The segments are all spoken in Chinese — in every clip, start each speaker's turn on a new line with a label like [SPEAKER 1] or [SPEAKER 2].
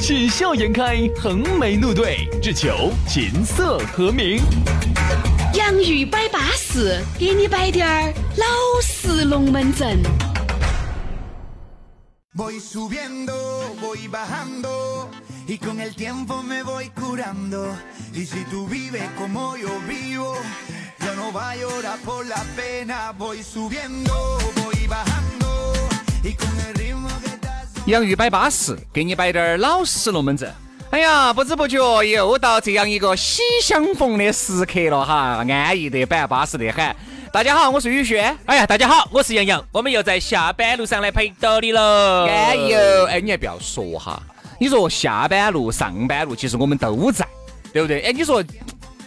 [SPEAKER 1] 喜笑颜开，横眉怒对，只求琴瑟和鸣。
[SPEAKER 2] 洋芋摆巴士，给你摆点儿老式龙门阵。
[SPEAKER 3] Voy subiendo, voy bajando y con el tiempo me voy curando. Y si tú vives como yo vivo, yo no voy a llorar por la pena. Voy subiendo, voy bajando y con el ritmo que estás...
[SPEAKER 4] 洋芋摆巴适，给你摆点儿老实龙门阵。哎呀，不知不觉又到这样一个喜相逢的时刻了哈，安逸得板，巴适得很。大家好，我是宇轩。
[SPEAKER 5] 哎呀，大家好，我是杨洋，我们又在下班路上来陪到你喽。
[SPEAKER 4] 安逸哦，哎，你还不要说哈，你说下班路、上班路，其实我们都在，对不对？哎，你说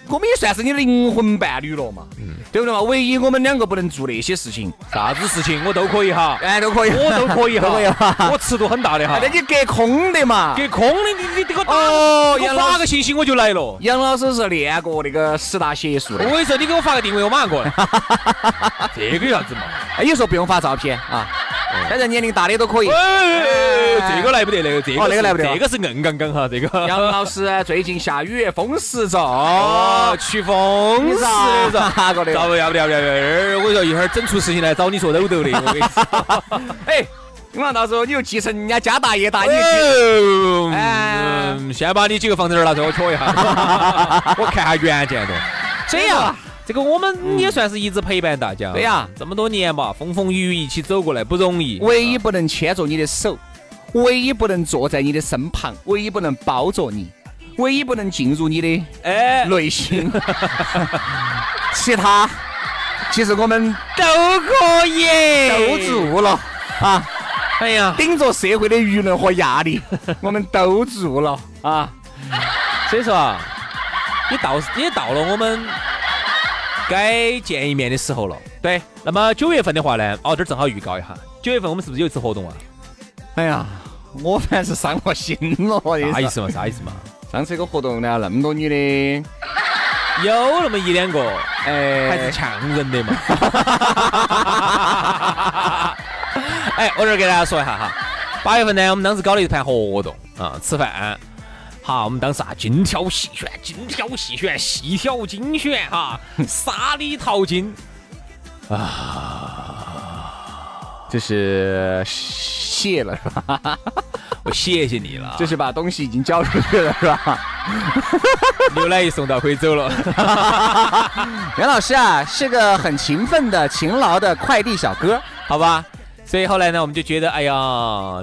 [SPEAKER 4] 我们也算是你的灵魂伴侣了嘛，
[SPEAKER 5] 嗯
[SPEAKER 4] 对不对嘛？唯一我们两个不能做那些事情，
[SPEAKER 6] 啥子事情我都可以哈，
[SPEAKER 4] 哎，都可以，
[SPEAKER 6] 我都可以哈，哎
[SPEAKER 4] 都可以哈。
[SPEAKER 6] 我尺度很大的哈
[SPEAKER 4] 啊那。你隔空的嘛，
[SPEAKER 6] 给空的你你这个
[SPEAKER 4] 哦
[SPEAKER 6] 给我
[SPEAKER 4] 杨老师
[SPEAKER 6] 发个信息我就来了。我
[SPEAKER 4] 杨老师是练过那个十大邪术的。
[SPEAKER 6] 跟你说，你给我发个定位，我马上过来。 这个啥子嘛？
[SPEAKER 4] 哎，有时候不用发照片啊，反正年龄大的都可 以。
[SPEAKER 6] 哎，这个来不得，那个这个
[SPEAKER 4] 哦那个
[SPEAKER 6] 是
[SPEAKER 4] 来不得啊
[SPEAKER 6] 这个是硬杠杠哈，这个
[SPEAKER 4] 杨老师最近下雨，风势重，
[SPEAKER 6] 哦，祛风湿的
[SPEAKER 4] 咋咋个的
[SPEAKER 6] 咋不要不要不要不要！我跟你说，一会儿整出事情来找你说抖抖的，我跟你 说。
[SPEAKER 4] 哎，你嘛到时候你就继承人家家大业大，你就继
[SPEAKER 6] 哦
[SPEAKER 4] 哎
[SPEAKER 6] 嗯，先把你几个房子拿出来，我瞧一 下，我看下原件的。
[SPEAKER 5] 这样，
[SPEAKER 4] 啊
[SPEAKER 5] 这个我们也算是一直陪伴大家。
[SPEAKER 4] 对呀
[SPEAKER 5] 这么多年嘛，风风雨雨一起走过来不容易。
[SPEAKER 4] 唯一不能牵着你的手，唯一不能坐在你的身旁，唯一不能抱着你，唯一不能进入你的
[SPEAKER 5] 哎，
[SPEAKER 4] 内心， 其他其实我们
[SPEAKER 5] 都可以，
[SPEAKER 4] 都。做了啊。
[SPEAKER 5] 哎呀，
[SPEAKER 4] 顶着社会的舆论和压 力，我们都做了啊。
[SPEAKER 5] 所以说啊，也到也到了我们该见一面的时候了。
[SPEAKER 4] 对，
[SPEAKER 5] 那么九月份的话呢，哦，这儿正好预告一下，九月份我们是不是有一次活动啊？
[SPEAKER 4] 哎呀，我反正是伤了心了，我
[SPEAKER 5] 啥
[SPEAKER 4] 意
[SPEAKER 5] 意
[SPEAKER 4] 思。
[SPEAKER 5] 思嘛？啥意思嘛？
[SPEAKER 4] 上次一个活动呢，那么多女的，
[SPEAKER 5] 有那么一两个还是
[SPEAKER 4] 哎，
[SPEAKER 5] 呛人 的嘛。哎，我这儿给大家说一下哈，八月份呢，我们当时搞了一盘活动啊，吃饭。好，我们当时啊，精挑细选，精挑细选，细挑精选哈，沙里淘金。
[SPEAKER 4] 这是谢了是吧？
[SPEAKER 5] 我谢谢你了啊，
[SPEAKER 4] 这是把东西已经交出去了是吧？
[SPEAKER 5] 牛奶一送到可以走了。
[SPEAKER 4] 袁老师啊，是个很勤奋的、勤劳的快递小哥。
[SPEAKER 5] 好吧。所以后来呢，我们就觉得，哎呀，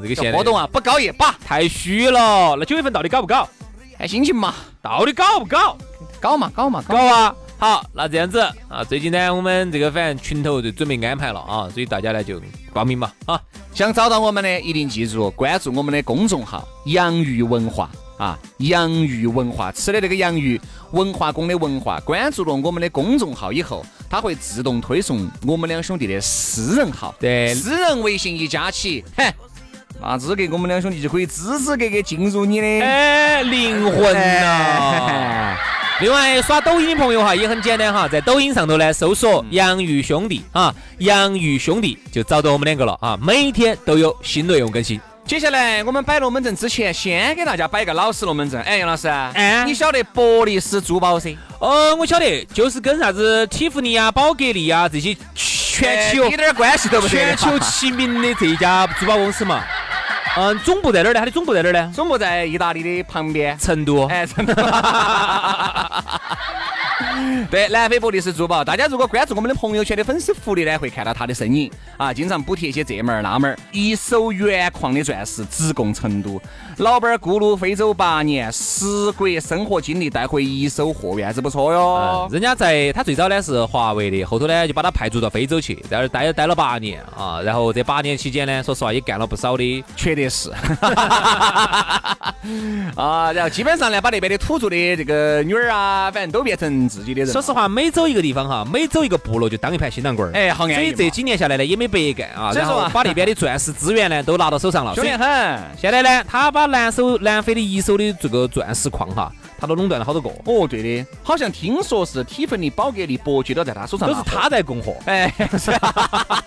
[SPEAKER 5] 这个现
[SPEAKER 4] 这
[SPEAKER 5] 在
[SPEAKER 4] 活动啊，不搞也罢，
[SPEAKER 5] 太虚了。那九月份到底搞不搞？
[SPEAKER 4] 看心情嘛，
[SPEAKER 5] 到底搞不搞？
[SPEAKER 4] 搞嘛，搞嘛，搞。
[SPEAKER 5] 搞啊！好，那这样子啊，最近呢，我们这个反正群头就准备安排了啊，所以大家呢就报名嘛啊。
[SPEAKER 4] 想找到我们呢，一定记住关注我们的公众号“洋芋文化”啊，“洋芋文化”吃的那个洋芋，文化宫的文化。关注了我们的公众号以后，它会自动推送我们两兄弟的私人号，
[SPEAKER 5] 对
[SPEAKER 4] 私人微信一加起，嘿，那资格我们两兄弟就可以支支格格进入你的
[SPEAKER 5] 哎，灵魂呐、
[SPEAKER 4] 哎
[SPEAKER 5] 另外，刷抖音的朋友哈也很简单哈，在抖音上头呢搜索“洋芋兄弟”啊，“洋芋兄弟”就找到我们两个了啊。每天都有新内容更新。
[SPEAKER 4] 接下来我们摆龙门阵之前，先给大家摆个老实龙门阵。哎，杨老师，
[SPEAKER 5] 哎
[SPEAKER 4] 你晓得博利斯珠宝噻？
[SPEAKER 5] 哦，我晓得，就是跟啥子蒂芙尼啊、宝格丽啊这些全球
[SPEAKER 4] 哎一点关系都不得
[SPEAKER 5] 全球 齐名的这一家珠宝公司嘛。嗯，总部在哪儿呢？它的总部在哪儿呢？
[SPEAKER 4] 总部在意大利的旁边。
[SPEAKER 5] 成都。
[SPEAKER 4] 哎，真的。对，南非博利斯珠宝，大家如果关注我们的朋友圈的粉丝福利呢，会看到他的身影啊，经常补贴一些这门儿那门儿。一手原矿的钻石直供成都，老板儿咕噜非洲八年，十国生活经历带回一手货源，子不错哟
[SPEAKER 5] 嗯，。人家在他最早呢是华为的，后头呢就把他派驻到非洲去，在那儿待待了八年啊。然后这八年期间呢，说实话也干了不少的。
[SPEAKER 4] 缺德是， 啊，然后基本上呢，把那边的土著的这个女儿啊，反正都变成自己的人了。
[SPEAKER 5] 说实话，每走一个地方哈，每走一个部落就当一盘新郎官儿。
[SPEAKER 4] 哎好安逸
[SPEAKER 5] 所以
[SPEAKER 4] 嘛
[SPEAKER 5] 这几年下来呢，也没白干啊。
[SPEAKER 4] 所以
[SPEAKER 5] 然
[SPEAKER 4] 说啊
[SPEAKER 5] 后把那边的钻石资源 呢都拿到手上了。
[SPEAKER 4] 凶
[SPEAKER 5] 所以
[SPEAKER 4] 得很。
[SPEAKER 5] 现在呢，他把南手南非的一手的这个钻石矿哈，他都垄断了好多个，
[SPEAKER 4] 哦，对的，好像听说是蒂芬尼宝格丽伯爵都在他手上，
[SPEAKER 5] 都是他。在供货。
[SPEAKER 4] 哎， 是啊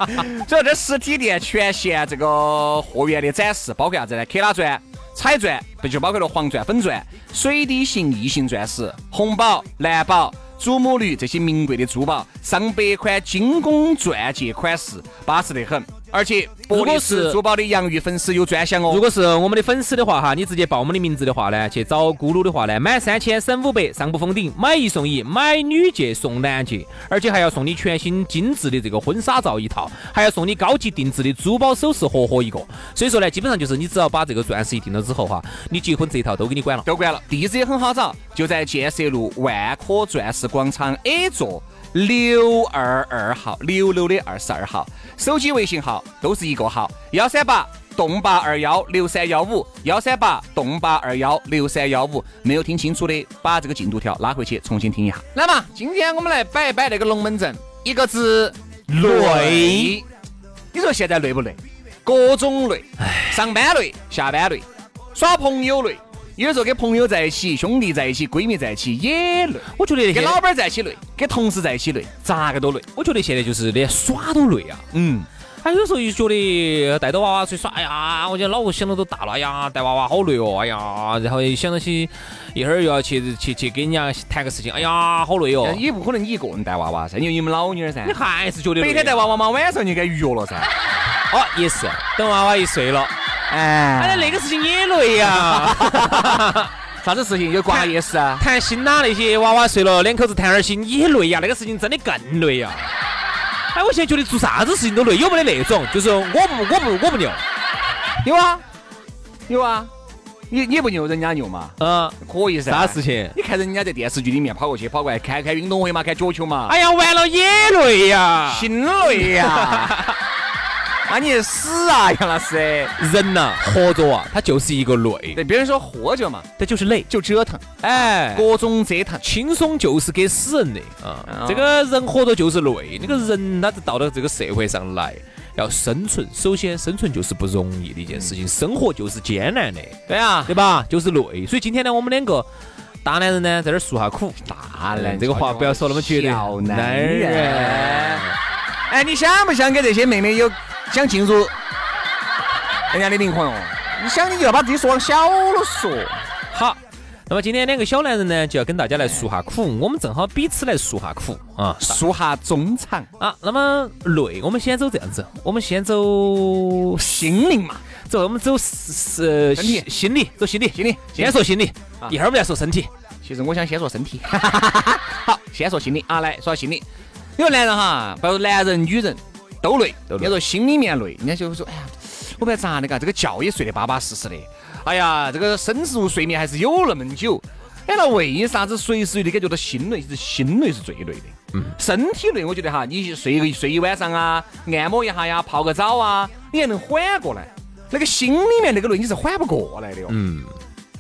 [SPEAKER 4] 所以这实体店全线这个货源的展示，包括啥子呢？克拉钻、彩钻，不就包括了黄钻、粉钻、水滴形异形钻石、红宝、蓝宝。祖母绿这些名贵的珠宝，上百款精工钻戒款式，巴适得很。而且，
[SPEAKER 5] 如
[SPEAKER 4] 博
[SPEAKER 5] 果
[SPEAKER 4] 利
[SPEAKER 5] 是
[SPEAKER 4] 斯珠宝的洋芋粉丝有专享哦。
[SPEAKER 5] 如果是我们的粉丝的话哈，你直接报我们的名字的话呢，去找咕噜的话呢，满三千省五百，上不封顶，买一送一，买女戒送男戒，而且还要送你全新精致的这个婚纱照一套，还要送你高级定制的珠宝首饰盒盒一个。所以说呢，基本上就是你只要把这个钻石一定了之后哈，你结婚这一套都给你管了。
[SPEAKER 4] 都关了。地址也很好找，就在建设路万科钻石广场 A 座六二二号，六楼的二十二号。手机微信号都是一个号：幺三八洞八二幺六三幺五，幺三八洞八二幺六三幺五。没有听清楚的，把这个进度条拉回去重新听一下。来嘛，今天我们来摆一摆那个龙门阵，一个字累。你说现在累不累？各种累，上班累，下班累，耍朋友累，有时候跟朋友在一起、兄弟在一起、闺蜜在一起也累，
[SPEAKER 5] 我觉得现
[SPEAKER 4] 跟
[SPEAKER 5] 在
[SPEAKER 4] 老板在一起累，跟同事在一起累，咋个都累。
[SPEAKER 5] 我觉得现在就是连耍都累啊。
[SPEAKER 4] 嗯，
[SPEAKER 5] 哎，有时候就觉得带着娃娃出去耍，哎呀，我觉得脑壳想的都大了，哎呀，带娃娃好累哦，哎呀，然后一想到起一会儿又要去去去跟人家谈个事情，哎呀，好累哦
[SPEAKER 4] 但。呃也不可能你一个人带娃娃噻，你有你们老女儿噻
[SPEAKER 5] 你。还是觉得
[SPEAKER 4] 白天带
[SPEAKER 5] 娃
[SPEAKER 4] 娃娃嘛，晚上就该娱乐了噻。
[SPEAKER 5] 哦，也是，等娃娃一睡了，哎，
[SPEAKER 4] 哎，
[SPEAKER 5] 那个事情也累呀、
[SPEAKER 4] 啥子事情有瓜夜市啊？
[SPEAKER 5] 谈心呐那些，娃娃睡了，两口子谈点儿心也累呀、那个事情真的更累呀、哎，我现在觉得做啥子事情都累，有没得那种？就是我不我不我不牛，
[SPEAKER 4] 有啊，有啊。你你不牛，人家牛嘛，
[SPEAKER 5] 嗯，
[SPEAKER 4] 可以噻。
[SPEAKER 5] 啥事情？
[SPEAKER 4] 你看人家在电视剧里面跑过去跑过来，看看运动会嘛，看脚球嘛。
[SPEAKER 5] 哎呀，完了也累呀、
[SPEAKER 4] 心累 呀。那你死啊，杨老师！
[SPEAKER 5] 人呐、活着啊，他就是一个累，
[SPEAKER 4] 对，啊别人说活着嘛，
[SPEAKER 5] 他就是累，
[SPEAKER 4] 就折腾，
[SPEAKER 5] 哎，
[SPEAKER 4] 各种折腾。
[SPEAKER 5] 轻松就是给死人的啊
[SPEAKER 4] 啊。
[SPEAKER 5] 这个人活着就是累，那个人他到了这个社会上来。要生存，首先生存就是不容易的一件事情，生活就是艰难的，
[SPEAKER 4] 对啊，
[SPEAKER 5] 对吧？就是累。所以今天呢，我们两个大男人呢，在这儿诉下苦。
[SPEAKER 4] 大
[SPEAKER 5] 这个话不要说那么绝对。
[SPEAKER 4] 小男人。哎，你想不想给这些妹妹有想进入人家的灵魂哦？你想，你就要把自己说往小了说。
[SPEAKER 5] 好，那么今天两个小男人呢，就要跟大家来诉下苦，我们正好彼此来诉下苦啊。
[SPEAKER 4] 说下中场，
[SPEAKER 5] 啊，那么累，我们先走这样子，我们先走
[SPEAKER 4] 心灵嘛，
[SPEAKER 5] 走，我们走是
[SPEAKER 4] 身体
[SPEAKER 5] 心理，走心理，
[SPEAKER 4] 心理
[SPEAKER 5] 先说心理，
[SPEAKER 4] 啊
[SPEAKER 5] 一会儿我们再说身体。
[SPEAKER 4] 其实我想先说身体， 好，先说心理啊，来说心理。你说男人哈，包括男人、女人都累，
[SPEAKER 5] 都累
[SPEAKER 4] 你说心里面累，人家就会说，哎呀，我不晓得咋的嘎，这个觉也睡得巴巴适适的，哎呀，这个深度睡眠还是有那么久。哎，那为啥子随时有的感觉到心累？其实心累是最累的。嗯，身体累，我觉得哈，你睡一睡一晚上啊，按摩一下呀，泡个澡啊，你还能缓过来。那个心里面那个累，你是缓不过来的哦。
[SPEAKER 5] 嗯，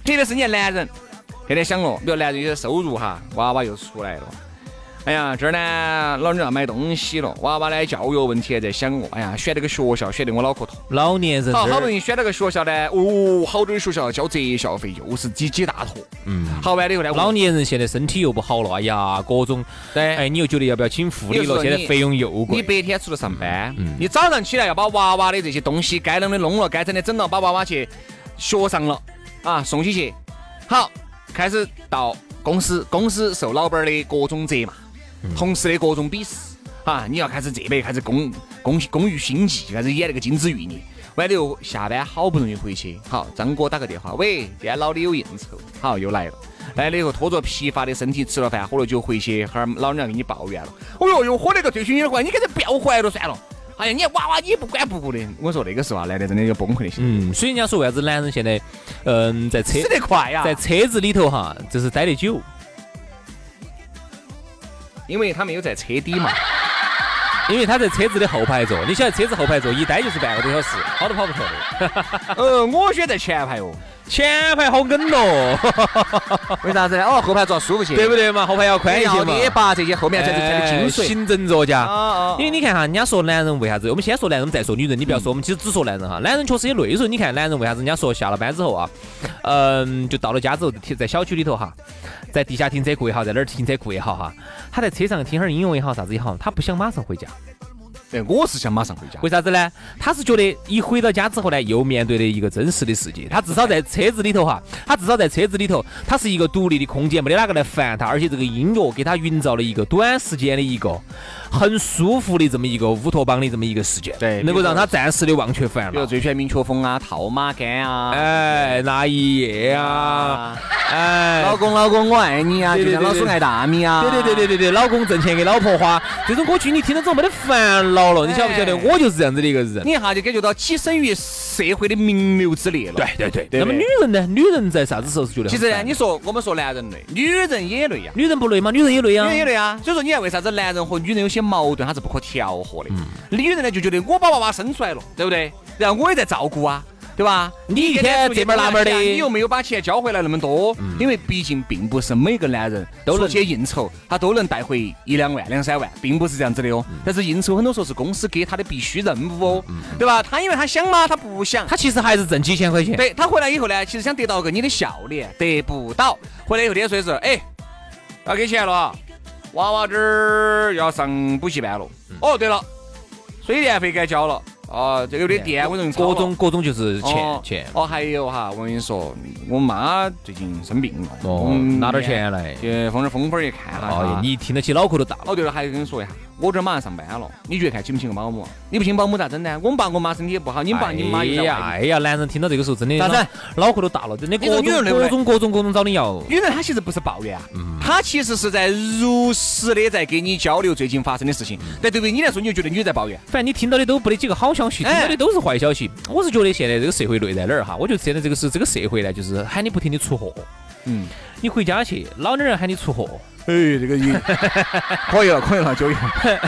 [SPEAKER 4] 特别是你看男人，天天想哦，比如男人有些收入哈，娃娃又出来了。哎呀，这儿呢，老娘要买东西了，娃娃呢教育问题还在想我。哎呀，选这个学校选得我脑壳痛。
[SPEAKER 5] 老年人
[SPEAKER 4] 好好不
[SPEAKER 5] 这
[SPEAKER 4] 容
[SPEAKER 5] 儿
[SPEAKER 4] 易选了个学校呢，哦，好多的学校交择校费又是几几大坨。嗯，好完了以后呢，
[SPEAKER 5] 老
[SPEAKER 4] 老
[SPEAKER 5] 年人现在身体又不好了，哎呀，各种，
[SPEAKER 4] 对
[SPEAKER 5] 哎，你又觉得要不要请护理
[SPEAKER 4] 有时
[SPEAKER 5] 了？
[SPEAKER 4] 候
[SPEAKER 5] 现在
[SPEAKER 4] 你
[SPEAKER 5] 费用又
[SPEAKER 4] 你
[SPEAKER 5] 贵。
[SPEAKER 4] 白天除了上班，你早上起来要把娃娃的这些东西该弄的弄了，该整的整了，把娃娃去学上了啊，送起去。好，开始到公司，公司受老板儿的各种责骂，
[SPEAKER 5] 嗯
[SPEAKER 4] 同事的各种鄙视啊，你要开始这边开始攻攻攻于心计，开始演那个金枝玉孽。完了以后下班好不容易回去，好，张哥打个电话，喂，今天老李有应酬，好又来了。来了以后拖着疲乏的身体，吃了饭喝了酒回去，哈儿老娘给你抱怨了，哦哟，又喝了个醉醺醺的话，你干脆不要回来了算了。哎呀，你娃娃你也不管不顾的，我说那个时候啊，男的真的就崩溃的心，
[SPEAKER 5] 嗯，所以人家说为啥子男人现在，嗯，在车
[SPEAKER 4] 死得快呀、
[SPEAKER 5] 在车子里头哈，就是待得久。
[SPEAKER 4] 因为他没有在车底嘛。
[SPEAKER 5] 因为他在车子的后排座，你晓得车子后排座一待就是半个多小时，跑都跑不脱的。
[SPEAKER 4] 呃，
[SPEAKER 5] 嗯
[SPEAKER 4] 我选在前排哦，
[SPEAKER 5] 前排好梗 哦，
[SPEAKER 4] 为啥子呢？哦，后排坐舒服些，
[SPEAKER 5] 对不对嘛？后排要宽一些嘛。啊
[SPEAKER 4] 也把这些后面才是才
[SPEAKER 5] 哎
[SPEAKER 4] 是精髓。
[SPEAKER 5] 行政作家。
[SPEAKER 4] 哦
[SPEAKER 5] 因为你看哈，人家说男人为啥子？我们先说男人，再说女人。你不要说，我们其实只说男人哈。男人确实也累的时候，你看男人为啥子？人家说下了班之后啊，嗯，就到了家之后，停在小区里头哈，在地下停车库也好，在哪儿停车库也好哈，他在车上听会儿音乐也好，啥子也好，他不想马上回家。哎
[SPEAKER 4] 对，我是想马上回家。
[SPEAKER 5] 为啥子呢？他是觉得一回到家之后呢，又面对了一个真实的世界。他至少在车子里头哈，他至少在车子里头，他是一个独立的空间，没得哪个来烦他，而且这个音乐给他营造了一个短时间的一个很舒服的这么一个乌托邦的这么一个世界，
[SPEAKER 4] 对
[SPEAKER 5] 能够让他暂时的忘却烦
[SPEAKER 4] 比如
[SPEAKER 5] 恼。
[SPEAKER 4] 最喜欢明确风啊、套马杆啊，
[SPEAKER 5] 哎，那一夜啊，
[SPEAKER 4] 啊，
[SPEAKER 5] 哎，
[SPEAKER 4] 老公老公我爱你啊，
[SPEAKER 5] 对
[SPEAKER 4] 就
[SPEAKER 5] 对
[SPEAKER 4] 像老鼠爱大米啊，
[SPEAKER 5] 对对对对对对，老公挣钱给老婆花，这种歌曲你听了之后没得烦恼了，你晓不晓得？
[SPEAKER 4] 哎
[SPEAKER 5] 我就是这样子的一个人。
[SPEAKER 4] 你一下就感觉到跻身于社会的名流之列了。
[SPEAKER 5] 对对对，
[SPEAKER 4] 对
[SPEAKER 5] 那么女人呢？女人在啥子时候是觉得很
[SPEAKER 4] 其实呢，
[SPEAKER 5] 烦
[SPEAKER 4] 你说我们说男人累，女人也累呀、啊
[SPEAKER 5] 女人不累吗？女人也累
[SPEAKER 4] 女
[SPEAKER 5] 啊。
[SPEAKER 4] 人也累啊，所以说你看为啥子男人和女人有些矛盾，它是不可调和
[SPEAKER 5] 嗯
[SPEAKER 4] 的。女人呢就觉得我把娃娃生出来了，对不对？然后我也在照顾啊，对吧？
[SPEAKER 5] 你一天这边那边的嗯
[SPEAKER 4] 你又没有把钱交回来那么多，因为毕竟并不是每个男人
[SPEAKER 5] 都
[SPEAKER 4] 出
[SPEAKER 5] 能
[SPEAKER 4] 去应酬，他都能带回一两万、两三万，并不是这样子的哦。
[SPEAKER 5] 嗯
[SPEAKER 4] 但是应酬很多时候是公司给他的必须任务哦，对吧？他因为他想嘛，他不想，
[SPEAKER 5] 她其实还是挣几千块 钱。
[SPEAKER 4] 哎对他回来以后呢，其实想得到个你的笑脸，得不到。回来以后跟他说一声，哎，要给钱了啊，娃娃这儿要上补习班了。
[SPEAKER 5] 嗯
[SPEAKER 4] 哦，对了，水电费该交了。啊，这个有点电我容易超
[SPEAKER 5] 各
[SPEAKER 4] 了
[SPEAKER 5] 种各种就是
[SPEAKER 4] 哦
[SPEAKER 5] 钱钱。
[SPEAKER 4] 哦，还有哈，我跟你说，我妈最近生病了，
[SPEAKER 5] 哦，
[SPEAKER 4] 我们
[SPEAKER 5] 拿点钱来。
[SPEAKER 4] 去风儿风风儿去看哈。
[SPEAKER 5] 哦，你听得起脑壳都大了。
[SPEAKER 4] 哎哦对了，还有跟你说一下，我这儿马上上班了，你觉得看请不请个保姆？啊你不请保姆咋整呢？我们爸我妈身体也不好，你们爸你妈也
[SPEAKER 5] 哎
[SPEAKER 4] 在外
[SPEAKER 5] 呀，
[SPEAKER 4] 地
[SPEAKER 5] 哎呀，男人听到这个时候真的
[SPEAKER 4] 咋子
[SPEAKER 5] 脑脑壳都大了，真的
[SPEAKER 4] 你
[SPEAKER 5] 各
[SPEAKER 4] 说
[SPEAKER 5] 种
[SPEAKER 4] 女人累不
[SPEAKER 5] 各
[SPEAKER 4] 累
[SPEAKER 5] 种各种各种找你要。
[SPEAKER 4] 女人她其实不是抱怨啊，她其实是在如实的在给你交流最近发生的事情。但对于你来说，你就觉得女人在抱怨。
[SPEAKER 5] 反正你听到的都不得几个好消息，听
[SPEAKER 4] 哎
[SPEAKER 5] 到的都是坏消息。我是觉得现在这个社会累在哪儿哈？我觉得现在这个是这个社会呢，就是喊你不停的出货。
[SPEAKER 4] 嗯，
[SPEAKER 5] 你回家去，老年人喊你出货，
[SPEAKER 4] 哎，这个你 可以了，可以了， 就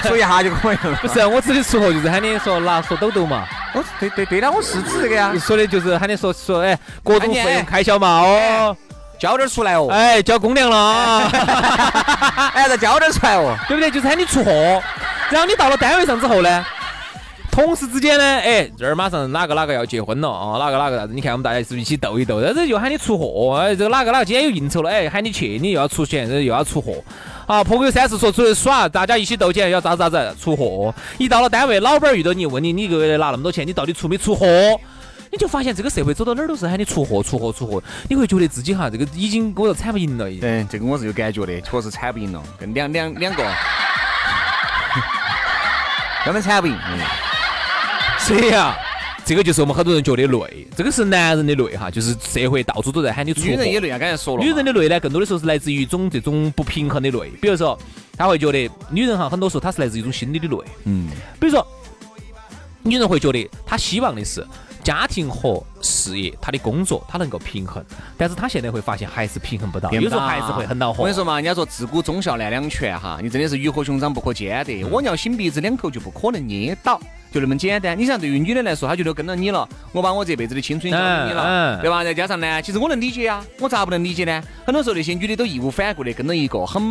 [SPEAKER 4] 说一下就可以了
[SPEAKER 5] 不。是啊我指的出货就是喊你说拿说抖抖嘛，
[SPEAKER 4] 我对对对的，我是指这个呀，
[SPEAKER 5] 说的就是喊你说说哎各种
[SPEAKER 4] 哎
[SPEAKER 5] 费
[SPEAKER 4] 哎
[SPEAKER 5] 用开销嘛哦。
[SPEAKER 4] 交点儿出来哦，
[SPEAKER 5] 哎，交公粮了啊，
[SPEAKER 4] 哎，再交点儿出来哦。
[SPEAKER 5] 对不对？就是喊你出货，然后你到了单位上之后呢，同事之间呢，哎，这儿马上哪个哪个要结婚了啊，哪个哪个啥子？你看我们大家是不是一起斗一斗？然后又喊你出货，哎，这个哪个哪个今天有应酬了，哎，喊你去，你又要出钱，又要出货。啊，朋友三四说出去耍，大家一起斗钱，要咋子咋子出货。一到了单位，老板遇到你，问你你一个月拿那么多钱，你到底出没出货？你就发现这个社会走到哪儿都是喊你出货、出货、出货，你会觉得自己哈这个已经我要惨不赢了，已经。
[SPEAKER 4] 对，这个我是有感觉的，确实惨不赢了，跟两两两个， 根本惨不赢。嗯
[SPEAKER 5] 这样，啊这个就是我们很多人觉得累，这个是男人的累哈，就是社会到处都在喊你出货。
[SPEAKER 4] 女人也累啊，刚才说了嘛，
[SPEAKER 5] 女人的累呢，更多的时候是来自于一种这种不平衡的累，比如说，她会觉得女人哈，很多时候她是来自于一种心理的累，
[SPEAKER 4] 嗯，
[SPEAKER 5] 比如说，女人会觉得她希望的是。家庭和事业，她的工作，她能够平衡，但是她现在会发现还是平衡不到，
[SPEAKER 4] 变
[SPEAKER 5] 有时候
[SPEAKER 4] 大
[SPEAKER 5] 还是会很恼火。
[SPEAKER 4] 我跟你说嘛，人家说自古忠孝难两全哈，你真的是鱼和熊掌不可兼得，
[SPEAKER 5] 嗯
[SPEAKER 4] 我尿擤鼻子两口就不可能捏倒。就那么简单，你想对于女的来说，她觉得跟了你了，我把我这辈子的青春交给你了，
[SPEAKER 5] 嗯嗯
[SPEAKER 4] 对吧？再加上呢，其实我能理解啊，我咋不能理解呢？很多时候那些女的都义无反顾的跟了一个很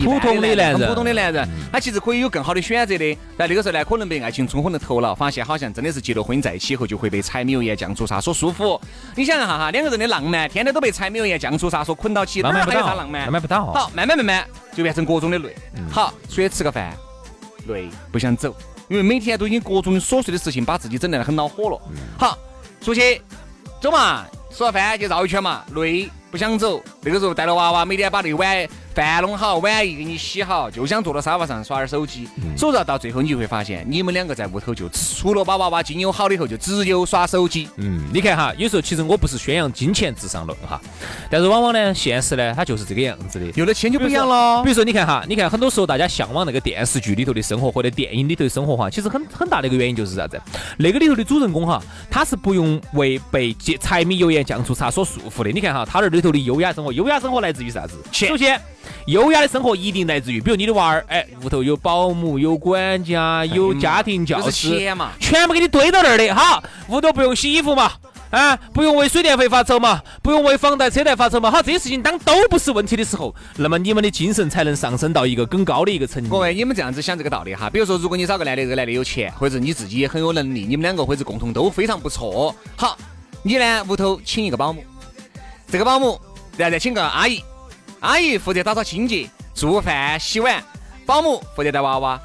[SPEAKER 4] 一般
[SPEAKER 5] 普通的
[SPEAKER 4] 的
[SPEAKER 5] 男人嗯
[SPEAKER 4] 很普通的男人，他其实可以有更好的选择的。但那个时候呢，可能被爱情冲昏了头脑，发现好像真的是结了婚在一起以后就会被柴米油盐酱醋茶所束缚。你想一下哈，两个人的浪漫，天天都被柴米油盐酱醋茶所捆到起，哪
[SPEAKER 5] 浪漫
[SPEAKER 4] 儿
[SPEAKER 5] 不
[SPEAKER 4] 还有啥
[SPEAKER 5] 到，
[SPEAKER 4] 浪漫？
[SPEAKER 5] 不到。嗯
[SPEAKER 4] 好，慢慢慢慢就变成各种的累。好，出去吃个饭，累，不想走，因为每天都已经各种琐碎的事情把自己整得很恼火了。
[SPEAKER 5] 嗯
[SPEAKER 4] 好，出去走嘛，吃了饭去绕一圈嘛，累，不想走。那个时候带了娃娃，每天把那个碗饭弄好，碗一给你洗好，就想坐到沙发上耍点手机。
[SPEAKER 5] 嗯
[SPEAKER 4] 所以说到最后，你就会发现，你们两个在屋头就除了把娃娃经营好了以后，就只有耍手机。
[SPEAKER 5] 嗯，你看哈，有时候其实我不是宣扬金钱至上论哈，但是往往呢，现实呢，它就是这个样子的。
[SPEAKER 4] 有了钱就不一样
[SPEAKER 5] 比
[SPEAKER 4] 了。
[SPEAKER 5] 如说，你看哈，你看很多时候大家向往那个电视剧里头的生活或者电影里头的生活哈，其实很很大的一个原因就是啥子？那个里头的主人公哈，他是不用为被借柴米油盐酱醋茶所束缚的。你看哈，他那里头的优雅生活，优雅生活来自于啥子？首先，优雅的生活一定来自于，比如你的娃儿，哎，屋头有保姆、有管家、有家庭教
[SPEAKER 4] 哎嗯就是
[SPEAKER 5] 师，
[SPEAKER 4] 钱嘛，
[SPEAKER 5] 全部给你堆到那儿的哈，屋头不用洗衣服嘛。啊，不用为水电费发愁嘛，不用为房贷、车贷发愁嘛，好，这些事情当都不是问题的时候，那么你们的精神才能上升到一个更高的一个层级
[SPEAKER 4] 各。位，你们这样子想这个道理哈，比如说，如果你找个男的，这个男的有钱，或者你自己也很有能力，你们两个或者共同都非常不错，哦好，你呢屋头请一个保姆，这个保姆，然后再请个阿姨，阿姨负责打扫清洁、做饭、洗碗，保姆负责带娃娃。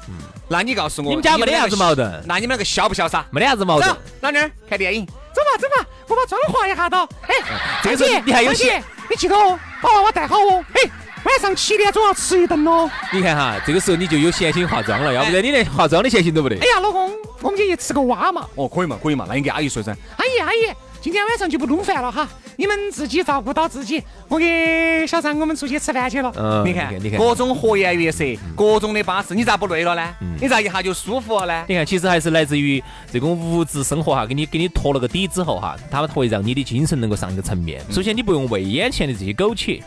[SPEAKER 4] 那你告诉
[SPEAKER 5] 嗯
[SPEAKER 4] 我，
[SPEAKER 5] 你们家没得啥子矛盾
[SPEAKER 4] 那你们两个潇不潇洒？
[SPEAKER 5] 没得啥子矛
[SPEAKER 4] 走
[SPEAKER 5] 盾。，
[SPEAKER 4] 老妞儿看电影。走吧走吧，我把妆化一下到。哎，
[SPEAKER 5] 这个时候你还有戏
[SPEAKER 4] 姐，你记得哦，把娃娃带好哦。哎，晚上七点钟要吃一顿哦。
[SPEAKER 5] 你看哈，这个时候你就有闲心化妆了，要不然你连化妆的闲心都没得。
[SPEAKER 4] 哎呀，老公，我们今天吃个蛙嘛？哦，可以嘛，可以嘛。那你给阿姨说一声，阿姨阿姨，今天晚上就不弄饭了哈，你们自己照顾到自己。我给小张我们出去吃饭去了。
[SPEAKER 5] 嗯
[SPEAKER 4] 你看
[SPEAKER 5] 你
[SPEAKER 4] 嗯
[SPEAKER 5] 看你看
[SPEAKER 4] 各种和颜悦色，各种的巴适，你咋不累了呢？你咋一下就舒服了呢？
[SPEAKER 5] 你看，其实还是来自于这种物质生活哈，给你给你托了个底之后哈，他们会让你的精神能够上一个层面。
[SPEAKER 4] 嗯
[SPEAKER 5] 首先，你不用为眼前的这些苟且。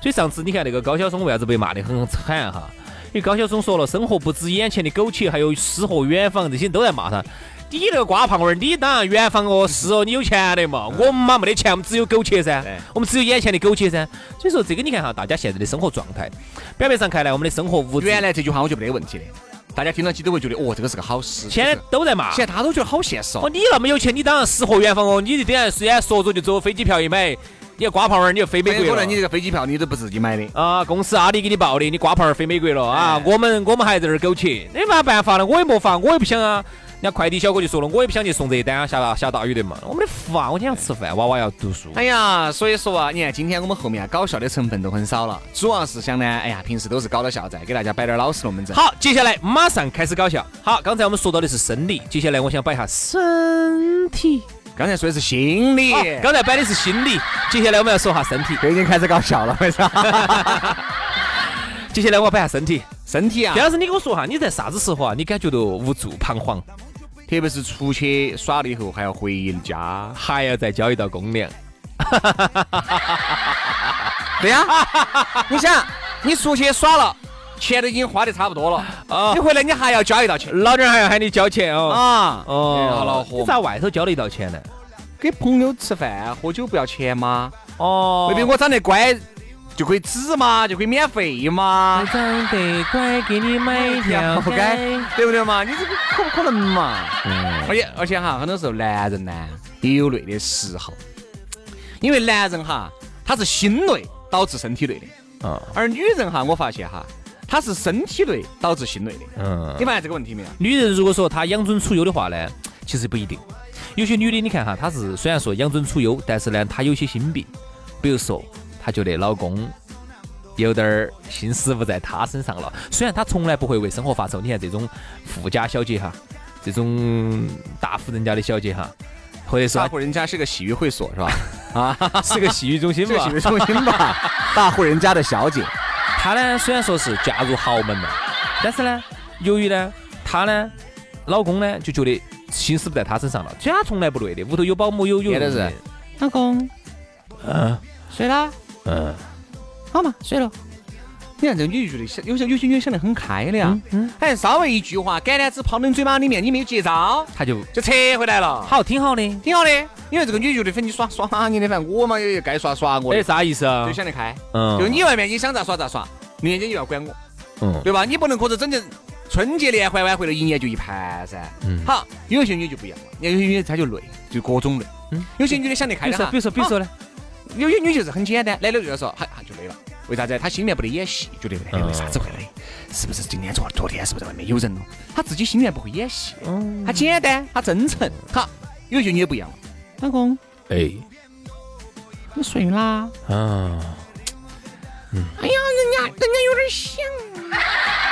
[SPEAKER 5] 所以上次你看那个高晓松为啥子被骂得很惨哈？因为高晓松说了，生活不止眼前的苟且，还有诗和远方，这些都在骂他。你那个瓜胖娃儿，你当然远方哦，是哦，你有钱的嘛，
[SPEAKER 4] 嗯
[SPEAKER 5] 我们嘛没得钱，我们只有苟且噻
[SPEAKER 4] 对，
[SPEAKER 5] 我们只有眼前的苟且噻。所以说这个你看哈，大家现在的生活状态，表面上看来我们的生活物质，
[SPEAKER 4] 原来这句话我就没得问题的，大家听到起都会觉得哦，这个是个好事。
[SPEAKER 5] 现在都在骂，
[SPEAKER 4] 现在大家都觉得好现实哦
[SPEAKER 5] 哦，。你那么有钱，你当然诗和远方哦。你等下虽然说走就走，飞机票一买，你要瓜胖儿，你就飞美
[SPEAKER 4] 可
[SPEAKER 5] 国了。
[SPEAKER 4] 能你这个飞机票你都不自己买的。
[SPEAKER 5] 啊，公司阿里给你报的，你瓜胖儿飞美国了
[SPEAKER 4] 哎
[SPEAKER 5] 啊！我们我们还在这儿苟且，没法办法了，我也没法，我也不想啊。人家快递小哥就说了，我也不想去送这一单啊，下大下大雨的嘛，我没得法，我今天要吃饭，娃娃要读书。
[SPEAKER 4] 哎呀，所以说啊，你看今天我们后面啊搞笑的成分都很少了，主要是想呢，哎呀，平时都是搞到笑在，给大家摆点老实龙门阵。
[SPEAKER 5] 好，接下来马上开始搞笑。好，刚才我们说到的是生理，接下来我想摆一下身体。
[SPEAKER 4] 刚才说的是心理
[SPEAKER 5] 好，啊刚才摆的是心理，接下来我们要说下身体。
[SPEAKER 4] 这已经开始搞笑 了，为啥？
[SPEAKER 5] 接下来我要摆下身体。
[SPEAKER 4] 身体啊
[SPEAKER 5] 田，老师，你跟我说哈，你在啥子时候啊，你感觉到无助、彷徨，
[SPEAKER 4] 特别是出去耍了以后还要回家。
[SPEAKER 5] 还要再交一道公粮？
[SPEAKER 4] 对呀、你想，你出去耍了，钱都已经花得差不多了，
[SPEAKER 5] 啊
[SPEAKER 4] 你回来你还要交一道钱
[SPEAKER 5] 老娘还要喊你交钱哦！
[SPEAKER 4] 啊。
[SPEAKER 5] 哦，
[SPEAKER 4] 好恼
[SPEAKER 5] 你
[SPEAKER 4] 火。
[SPEAKER 5] 在外头交了一道钱呢？
[SPEAKER 4] 给朋友吃饭喝酒不要钱吗？
[SPEAKER 5] 哦
[SPEAKER 4] 未必我长得乖就可以指吗？就可以免费吗？
[SPEAKER 5] 长得乖，给你买 一条
[SPEAKER 4] 不该，对不对嘛？你这个可不可能嘛？而且而且哈，很多时候男人呢也有累的时候，因为男人哈他是心累导致身体累的，
[SPEAKER 5] 嗯
[SPEAKER 4] 而女人哈我发现哈她是身体累导致心累的。
[SPEAKER 5] 嗯
[SPEAKER 4] 你，发现这个问题没有？
[SPEAKER 5] 女人如果说她养尊处优的话呢，其实不一定。有些女的，你看哈，她是虽然说养尊处优，但是呢，她有些心病，比如说她觉得老公有点儿心思不在她身上了。虽然她从来不会为生活发愁，你看这种富家小姐哈，这种大户人家的小姐哈，或者
[SPEAKER 4] 大
[SPEAKER 5] 说
[SPEAKER 4] 户人家是个洗浴会所是 吧？
[SPEAKER 5] 她是个洗浴中心
[SPEAKER 4] 这个
[SPEAKER 5] 吧
[SPEAKER 4] 洗浴，中心吧， 大户人家的小姐，
[SPEAKER 5] 她呢虽然说是嫁入豪门了，但是呢，由于呢，她呢，老公呢就觉得心思不在她身上了，其实她从来不累的，屋头有保姆有有
[SPEAKER 4] 别的
[SPEAKER 5] 佣人
[SPEAKER 4] 是老公，
[SPEAKER 5] 嗯
[SPEAKER 4] 睡啦，
[SPEAKER 5] 嗯。
[SPEAKER 4] 好嘛，睡了。你看这女就觉得想，有些有些女人想得很开的呀，哎，稍微一句话，橄榄枝泡你嘴巴里面，你没有接招，
[SPEAKER 5] 他就
[SPEAKER 4] 就扯回来了，
[SPEAKER 5] 好，挺好的。
[SPEAKER 4] 挺好的。因为这个女的觉得，反正你耍耍你的，反正我嘛也该耍耍我
[SPEAKER 5] 哎，
[SPEAKER 4] 的，
[SPEAKER 5] 啥意思啊
[SPEAKER 4] 就？想得开。
[SPEAKER 5] 嗯
[SPEAKER 4] 就你外面你想咋耍咋耍，你人家又要管我，
[SPEAKER 5] 嗯
[SPEAKER 4] 对吧？你不能搁这整整春节联欢晚会了，一年就一盘噻。
[SPEAKER 5] 嗯
[SPEAKER 4] 好，有些女的就不一样了，有些女的她就累，就各种累。
[SPEAKER 5] 嗯
[SPEAKER 4] 有些女的想得
[SPEAKER 5] 比
[SPEAKER 4] 开
[SPEAKER 5] 如
[SPEAKER 4] 的
[SPEAKER 5] 说，
[SPEAKER 4] 哈，
[SPEAKER 5] 比如说，比如说呢？
[SPEAKER 4] 有些女就是很简单，来了就要说，哈哈就累了。为啥子？她心里面不得演戏，觉得哎为啥子会累？是不是今天昨昨天是不是在外面有人了？她自己心里面不会演戏，
[SPEAKER 5] 嗯
[SPEAKER 4] 她简单，她真诚。好，有些女的不一样了，老公，
[SPEAKER 5] 哎，
[SPEAKER 4] 你睡啦。
[SPEAKER 5] 啊，
[SPEAKER 4] 哎呀，人家人家有点像。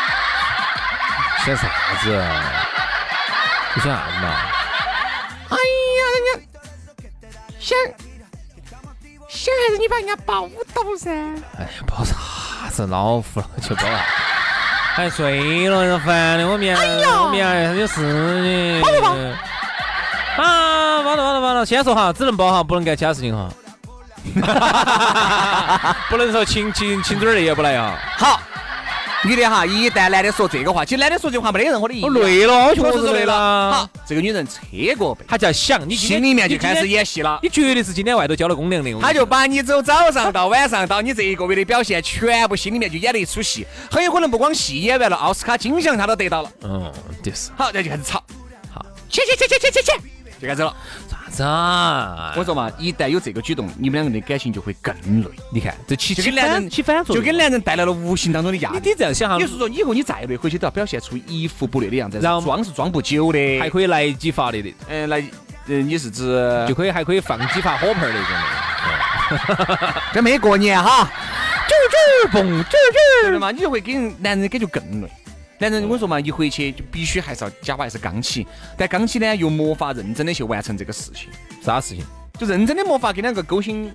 [SPEAKER 5] 想啥子？啊你想啥子嘛？
[SPEAKER 4] 哎呀，人家想想还是你把人家抱到噻。
[SPEAKER 5] 哎呀，包啥子？老虎了就包哎啥子？还睡了，这烦的我明
[SPEAKER 4] 哎
[SPEAKER 5] 我明还有事情。包不包？啊，包了包了包了！先说哈，只能包哈，不能干其他事情 哈。不能说亲亲亲嘴儿的也不来啊！
[SPEAKER 4] 好，女的哈，一旦男的说这个话，其实男的说这话没得任何的意义。
[SPEAKER 5] 我累了，我确
[SPEAKER 4] 确
[SPEAKER 5] 实
[SPEAKER 4] 实
[SPEAKER 5] 累
[SPEAKER 4] 累
[SPEAKER 5] 了。
[SPEAKER 4] 了。好，，这个女人扯过背，
[SPEAKER 5] 他叫想你今天
[SPEAKER 4] 心里面就开始，
[SPEAKER 5] 你今天
[SPEAKER 4] 演戏了。
[SPEAKER 5] 你绝对是今天外头交了公粮的。我跟你
[SPEAKER 4] 他就
[SPEAKER 5] 说
[SPEAKER 4] 把你走早上到晚上到你这一个月的表现，全部心里面就演了一出戏，很有可能不光戏演完了，奥斯卡金像他都得到了。
[SPEAKER 5] 嗯，就是
[SPEAKER 4] 好，那就开始吵，
[SPEAKER 5] 好，
[SPEAKER 4] 去去去去去去去，就开始了。
[SPEAKER 5] 啥子啊？
[SPEAKER 4] 我说嘛，一旦有这个举动，你们两个人的感情就会更累，
[SPEAKER 5] 你看这起
[SPEAKER 4] 就
[SPEAKER 5] 起
[SPEAKER 4] 跟男
[SPEAKER 5] 反
[SPEAKER 4] 人
[SPEAKER 5] 起反作
[SPEAKER 4] 就
[SPEAKER 5] 用，
[SPEAKER 4] 跟男人带来了无形当中的压
[SPEAKER 5] 你
[SPEAKER 4] 力。
[SPEAKER 5] 你这样想哈
[SPEAKER 4] 也，就是说，以后你再累，回去都要表现出一副不累的样子，
[SPEAKER 5] 然后
[SPEAKER 4] 装是装不久的。
[SPEAKER 5] 还可以来几发的的，
[SPEAKER 4] 嗯，来，嗯，你是指
[SPEAKER 5] 就可以还可以放几发火炮儿那种的。
[SPEAKER 4] 这没过年哈，
[SPEAKER 5] 啾啾蹦啾
[SPEAKER 4] 对的嘛，你就会给人男人感觉更累。男人，我说嘛，一回去就必须还是要家娃还是刚起，但刚起呢又没法认真的去完成这个事情，
[SPEAKER 5] 啾，啥事情？
[SPEAKER 4] 就认真的没法跟两个勾心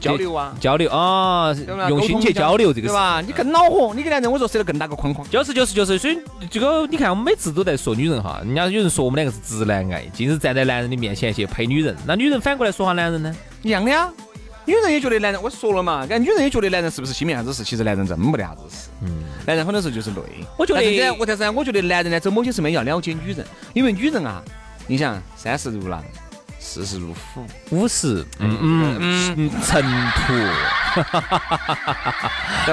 [SPEAKER 4] 交流啊，
[SPEAKER 5] 交流啊
[SPEAKER 4] 对吧，
[SPEAKER 5] 用心去交流这个
[SPEAKER 4] 对
[SPEAKER 5] 事。
[SPEAKER 4] 吧？你更恼火，你给男人我说设了更大个框框。
[SPEAKER 5] 就是就是就是，所以这个你看，我们每次都在说女人哈，人家有人说我们两个是直男癌，尽是站在男人的面前去呸女人，那女人反过来说下男人呢？
[SPEAKER 4] 一样的呀。女人也觉得男人，我说了嘛，感觉女人也觉得男人是不是心没啥子事？其实男人真没得啥子事。嗯，男人很多时候就是累。
[SPEAKER 5] 我觉得
[SPEAKER 4] 但是呢我但是呢我觉得男人呢，走某些层面要了解女人，因为女人啊，你想三十如狼，四十如虎，
[SPEAKER 5] 五十，嗯嗯嗯，尘土，
[SPEAKER 4] 对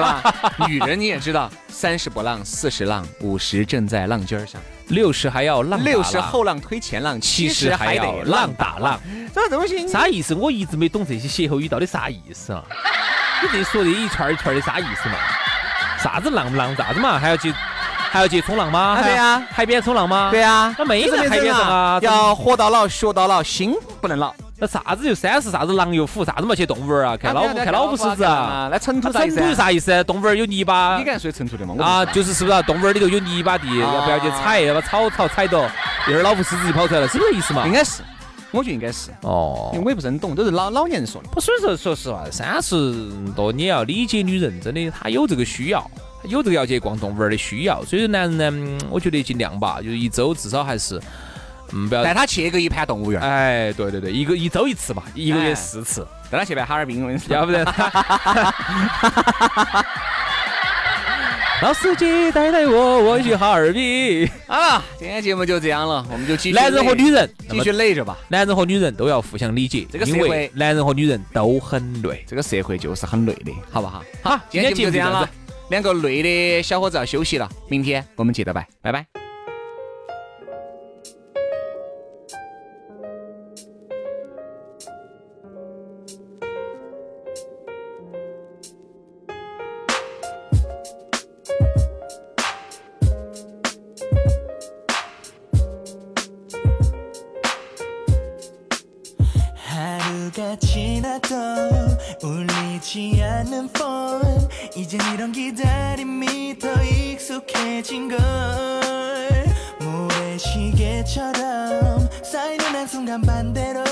[SPEAKER 4] 吧？女人你也知道，三十不浪，四十浪，五十正在浪尖儿上，
[SPEAKER 5] 六十还要浪打浪，
[SPEAKER 4] 六十后浪推前浪，
[SPEAKER 5] 七
[SPEAKER 4] 七
[SPEAKER 5] 十
[SPEAKER 4] 十
[SPEAKER 5] 还
[SPEAKER 4] 还
[SPEAKER 5] 要
[SPEAKER 4] 得
[SPEAKER 5] 浪。打浪，
[SPEAKER 4] 这种东西你
[SPEAKER 5] 啥意思？我一直没懂这些歇后语到底啥意思啊？你这说的一圈儿一圈儿的啥意思嘛？啥子浪不浪？啥子嘛？还要去还要去冲浪吗？
[SPEAKER 4] 啊
[SPEAKER 5] 还要
[SPEAKER 4] 对呀
[SPEAKER 5] 海边冲浪吗？
[SPEAKER 4] 对啊，
[SPEAKER 5] 那没
[SPEAKER 4] 这
[SPEAKER 5] 在海边上啊，怎么
[SPEAKER 4] 要活到老学到老，心不能老。
[SPEAKER 5] 那啥子就三十啥子狼又虎啥子嘛去动物园啊？看老 虎看老虎狮子啊？，
[SPEAKER 4] 那尘土
[SPEAKER 5] 那尘土是啥意思？啊动物园有泥巴
[SPEAKER 4] 你敢说尘土的嘛？我
[SPEAKER 5] 啊，
[SPEAKER 4] 啊啊，就
[SPEAKER 5] 就是是不是啊动物园里头有泥巴地，要不要去踩？要把草草踩到，一会儿老虎狮子就跑出来了，是不是这意思嘛
[SPEAKER 4] 应？该是，我觉得应该是，因
[SPEAKER 5] 哦
[SPEAKER 4] 为。我也不是很懂，都是老老年人说的。
[SPEAKER 5] 不，所以说，说实话，三十多你要理解女人，真的她有这个需要，有这个要去逛动物园的需要。所以说，男人呢，嗯我觉得尽量吧，就是一周至少还是，嗯，不要，
[SPEAKER 4] 带他去个一盘动物园，
[SPEAKER 5] 哎，对对对，一个一周一次嘛，一个月
[SPEAKER 4] 哎
[SPEAKER 5] 四次，
[SPEAKER 4] 带他去盘哈尔滨，我跟你说。
[SPEAKER 5] 要不 然他。老司机带带我，我去哈尔滨。
[SPEAKER 4] 好了，啊今天节目就这样了，我们就继续累。
[SPEAKER 5] 男人和女人，那
[SPEAKER 4] 继
[SPEAKER 5] 么
[SPEAKER 4] 续累着吧，
[SPEAKER 5] 男人和女人都要互相理解，
[SPEAKER 4] 这个社
[SPEAKER 5] 因
[SPEAKER 4] 会
[SPEAKER 5] 为男人和女人都很累。
[SPEAKER 4] 这个社会就是很累的，好不好？
[SPEAKER 5] 好，
[SPEAKER 4] 今天节目就这样
[SPEAKER 5] 了
[SPEAKER 4] 了。，两个累的小伙子要休息了，明天我们接着拜，拜拜。
[SPEAKER 3] 하루가 지나도 울리지 않는 폰 이젠 이런 기다림이 더 익숙해진 걸 모래시계처럼 쌓이는 한순간 반대로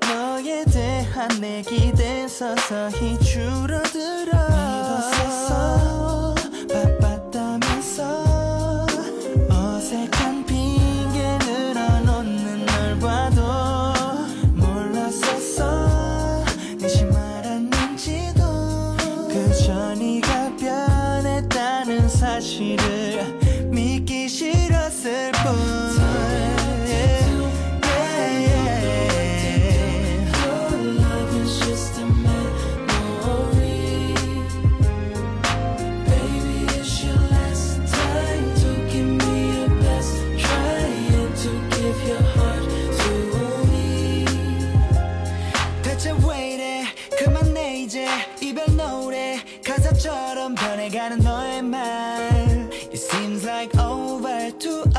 [SPEAKER 3] 너에 대한 내 기대 서서히 줄어들어 이곳에서 바빴다면서 어색한 핑계 늘어놓는 널 봐도 몰랐었어 내시 말았는지도 그저 네가 변했다는 사실을 믿기 싫었을 뿐 Yeah, yeah. 대체 왜 이래 그만해 이제 이별 노래 가사처럼 변해가는 너의 말 It seems like over to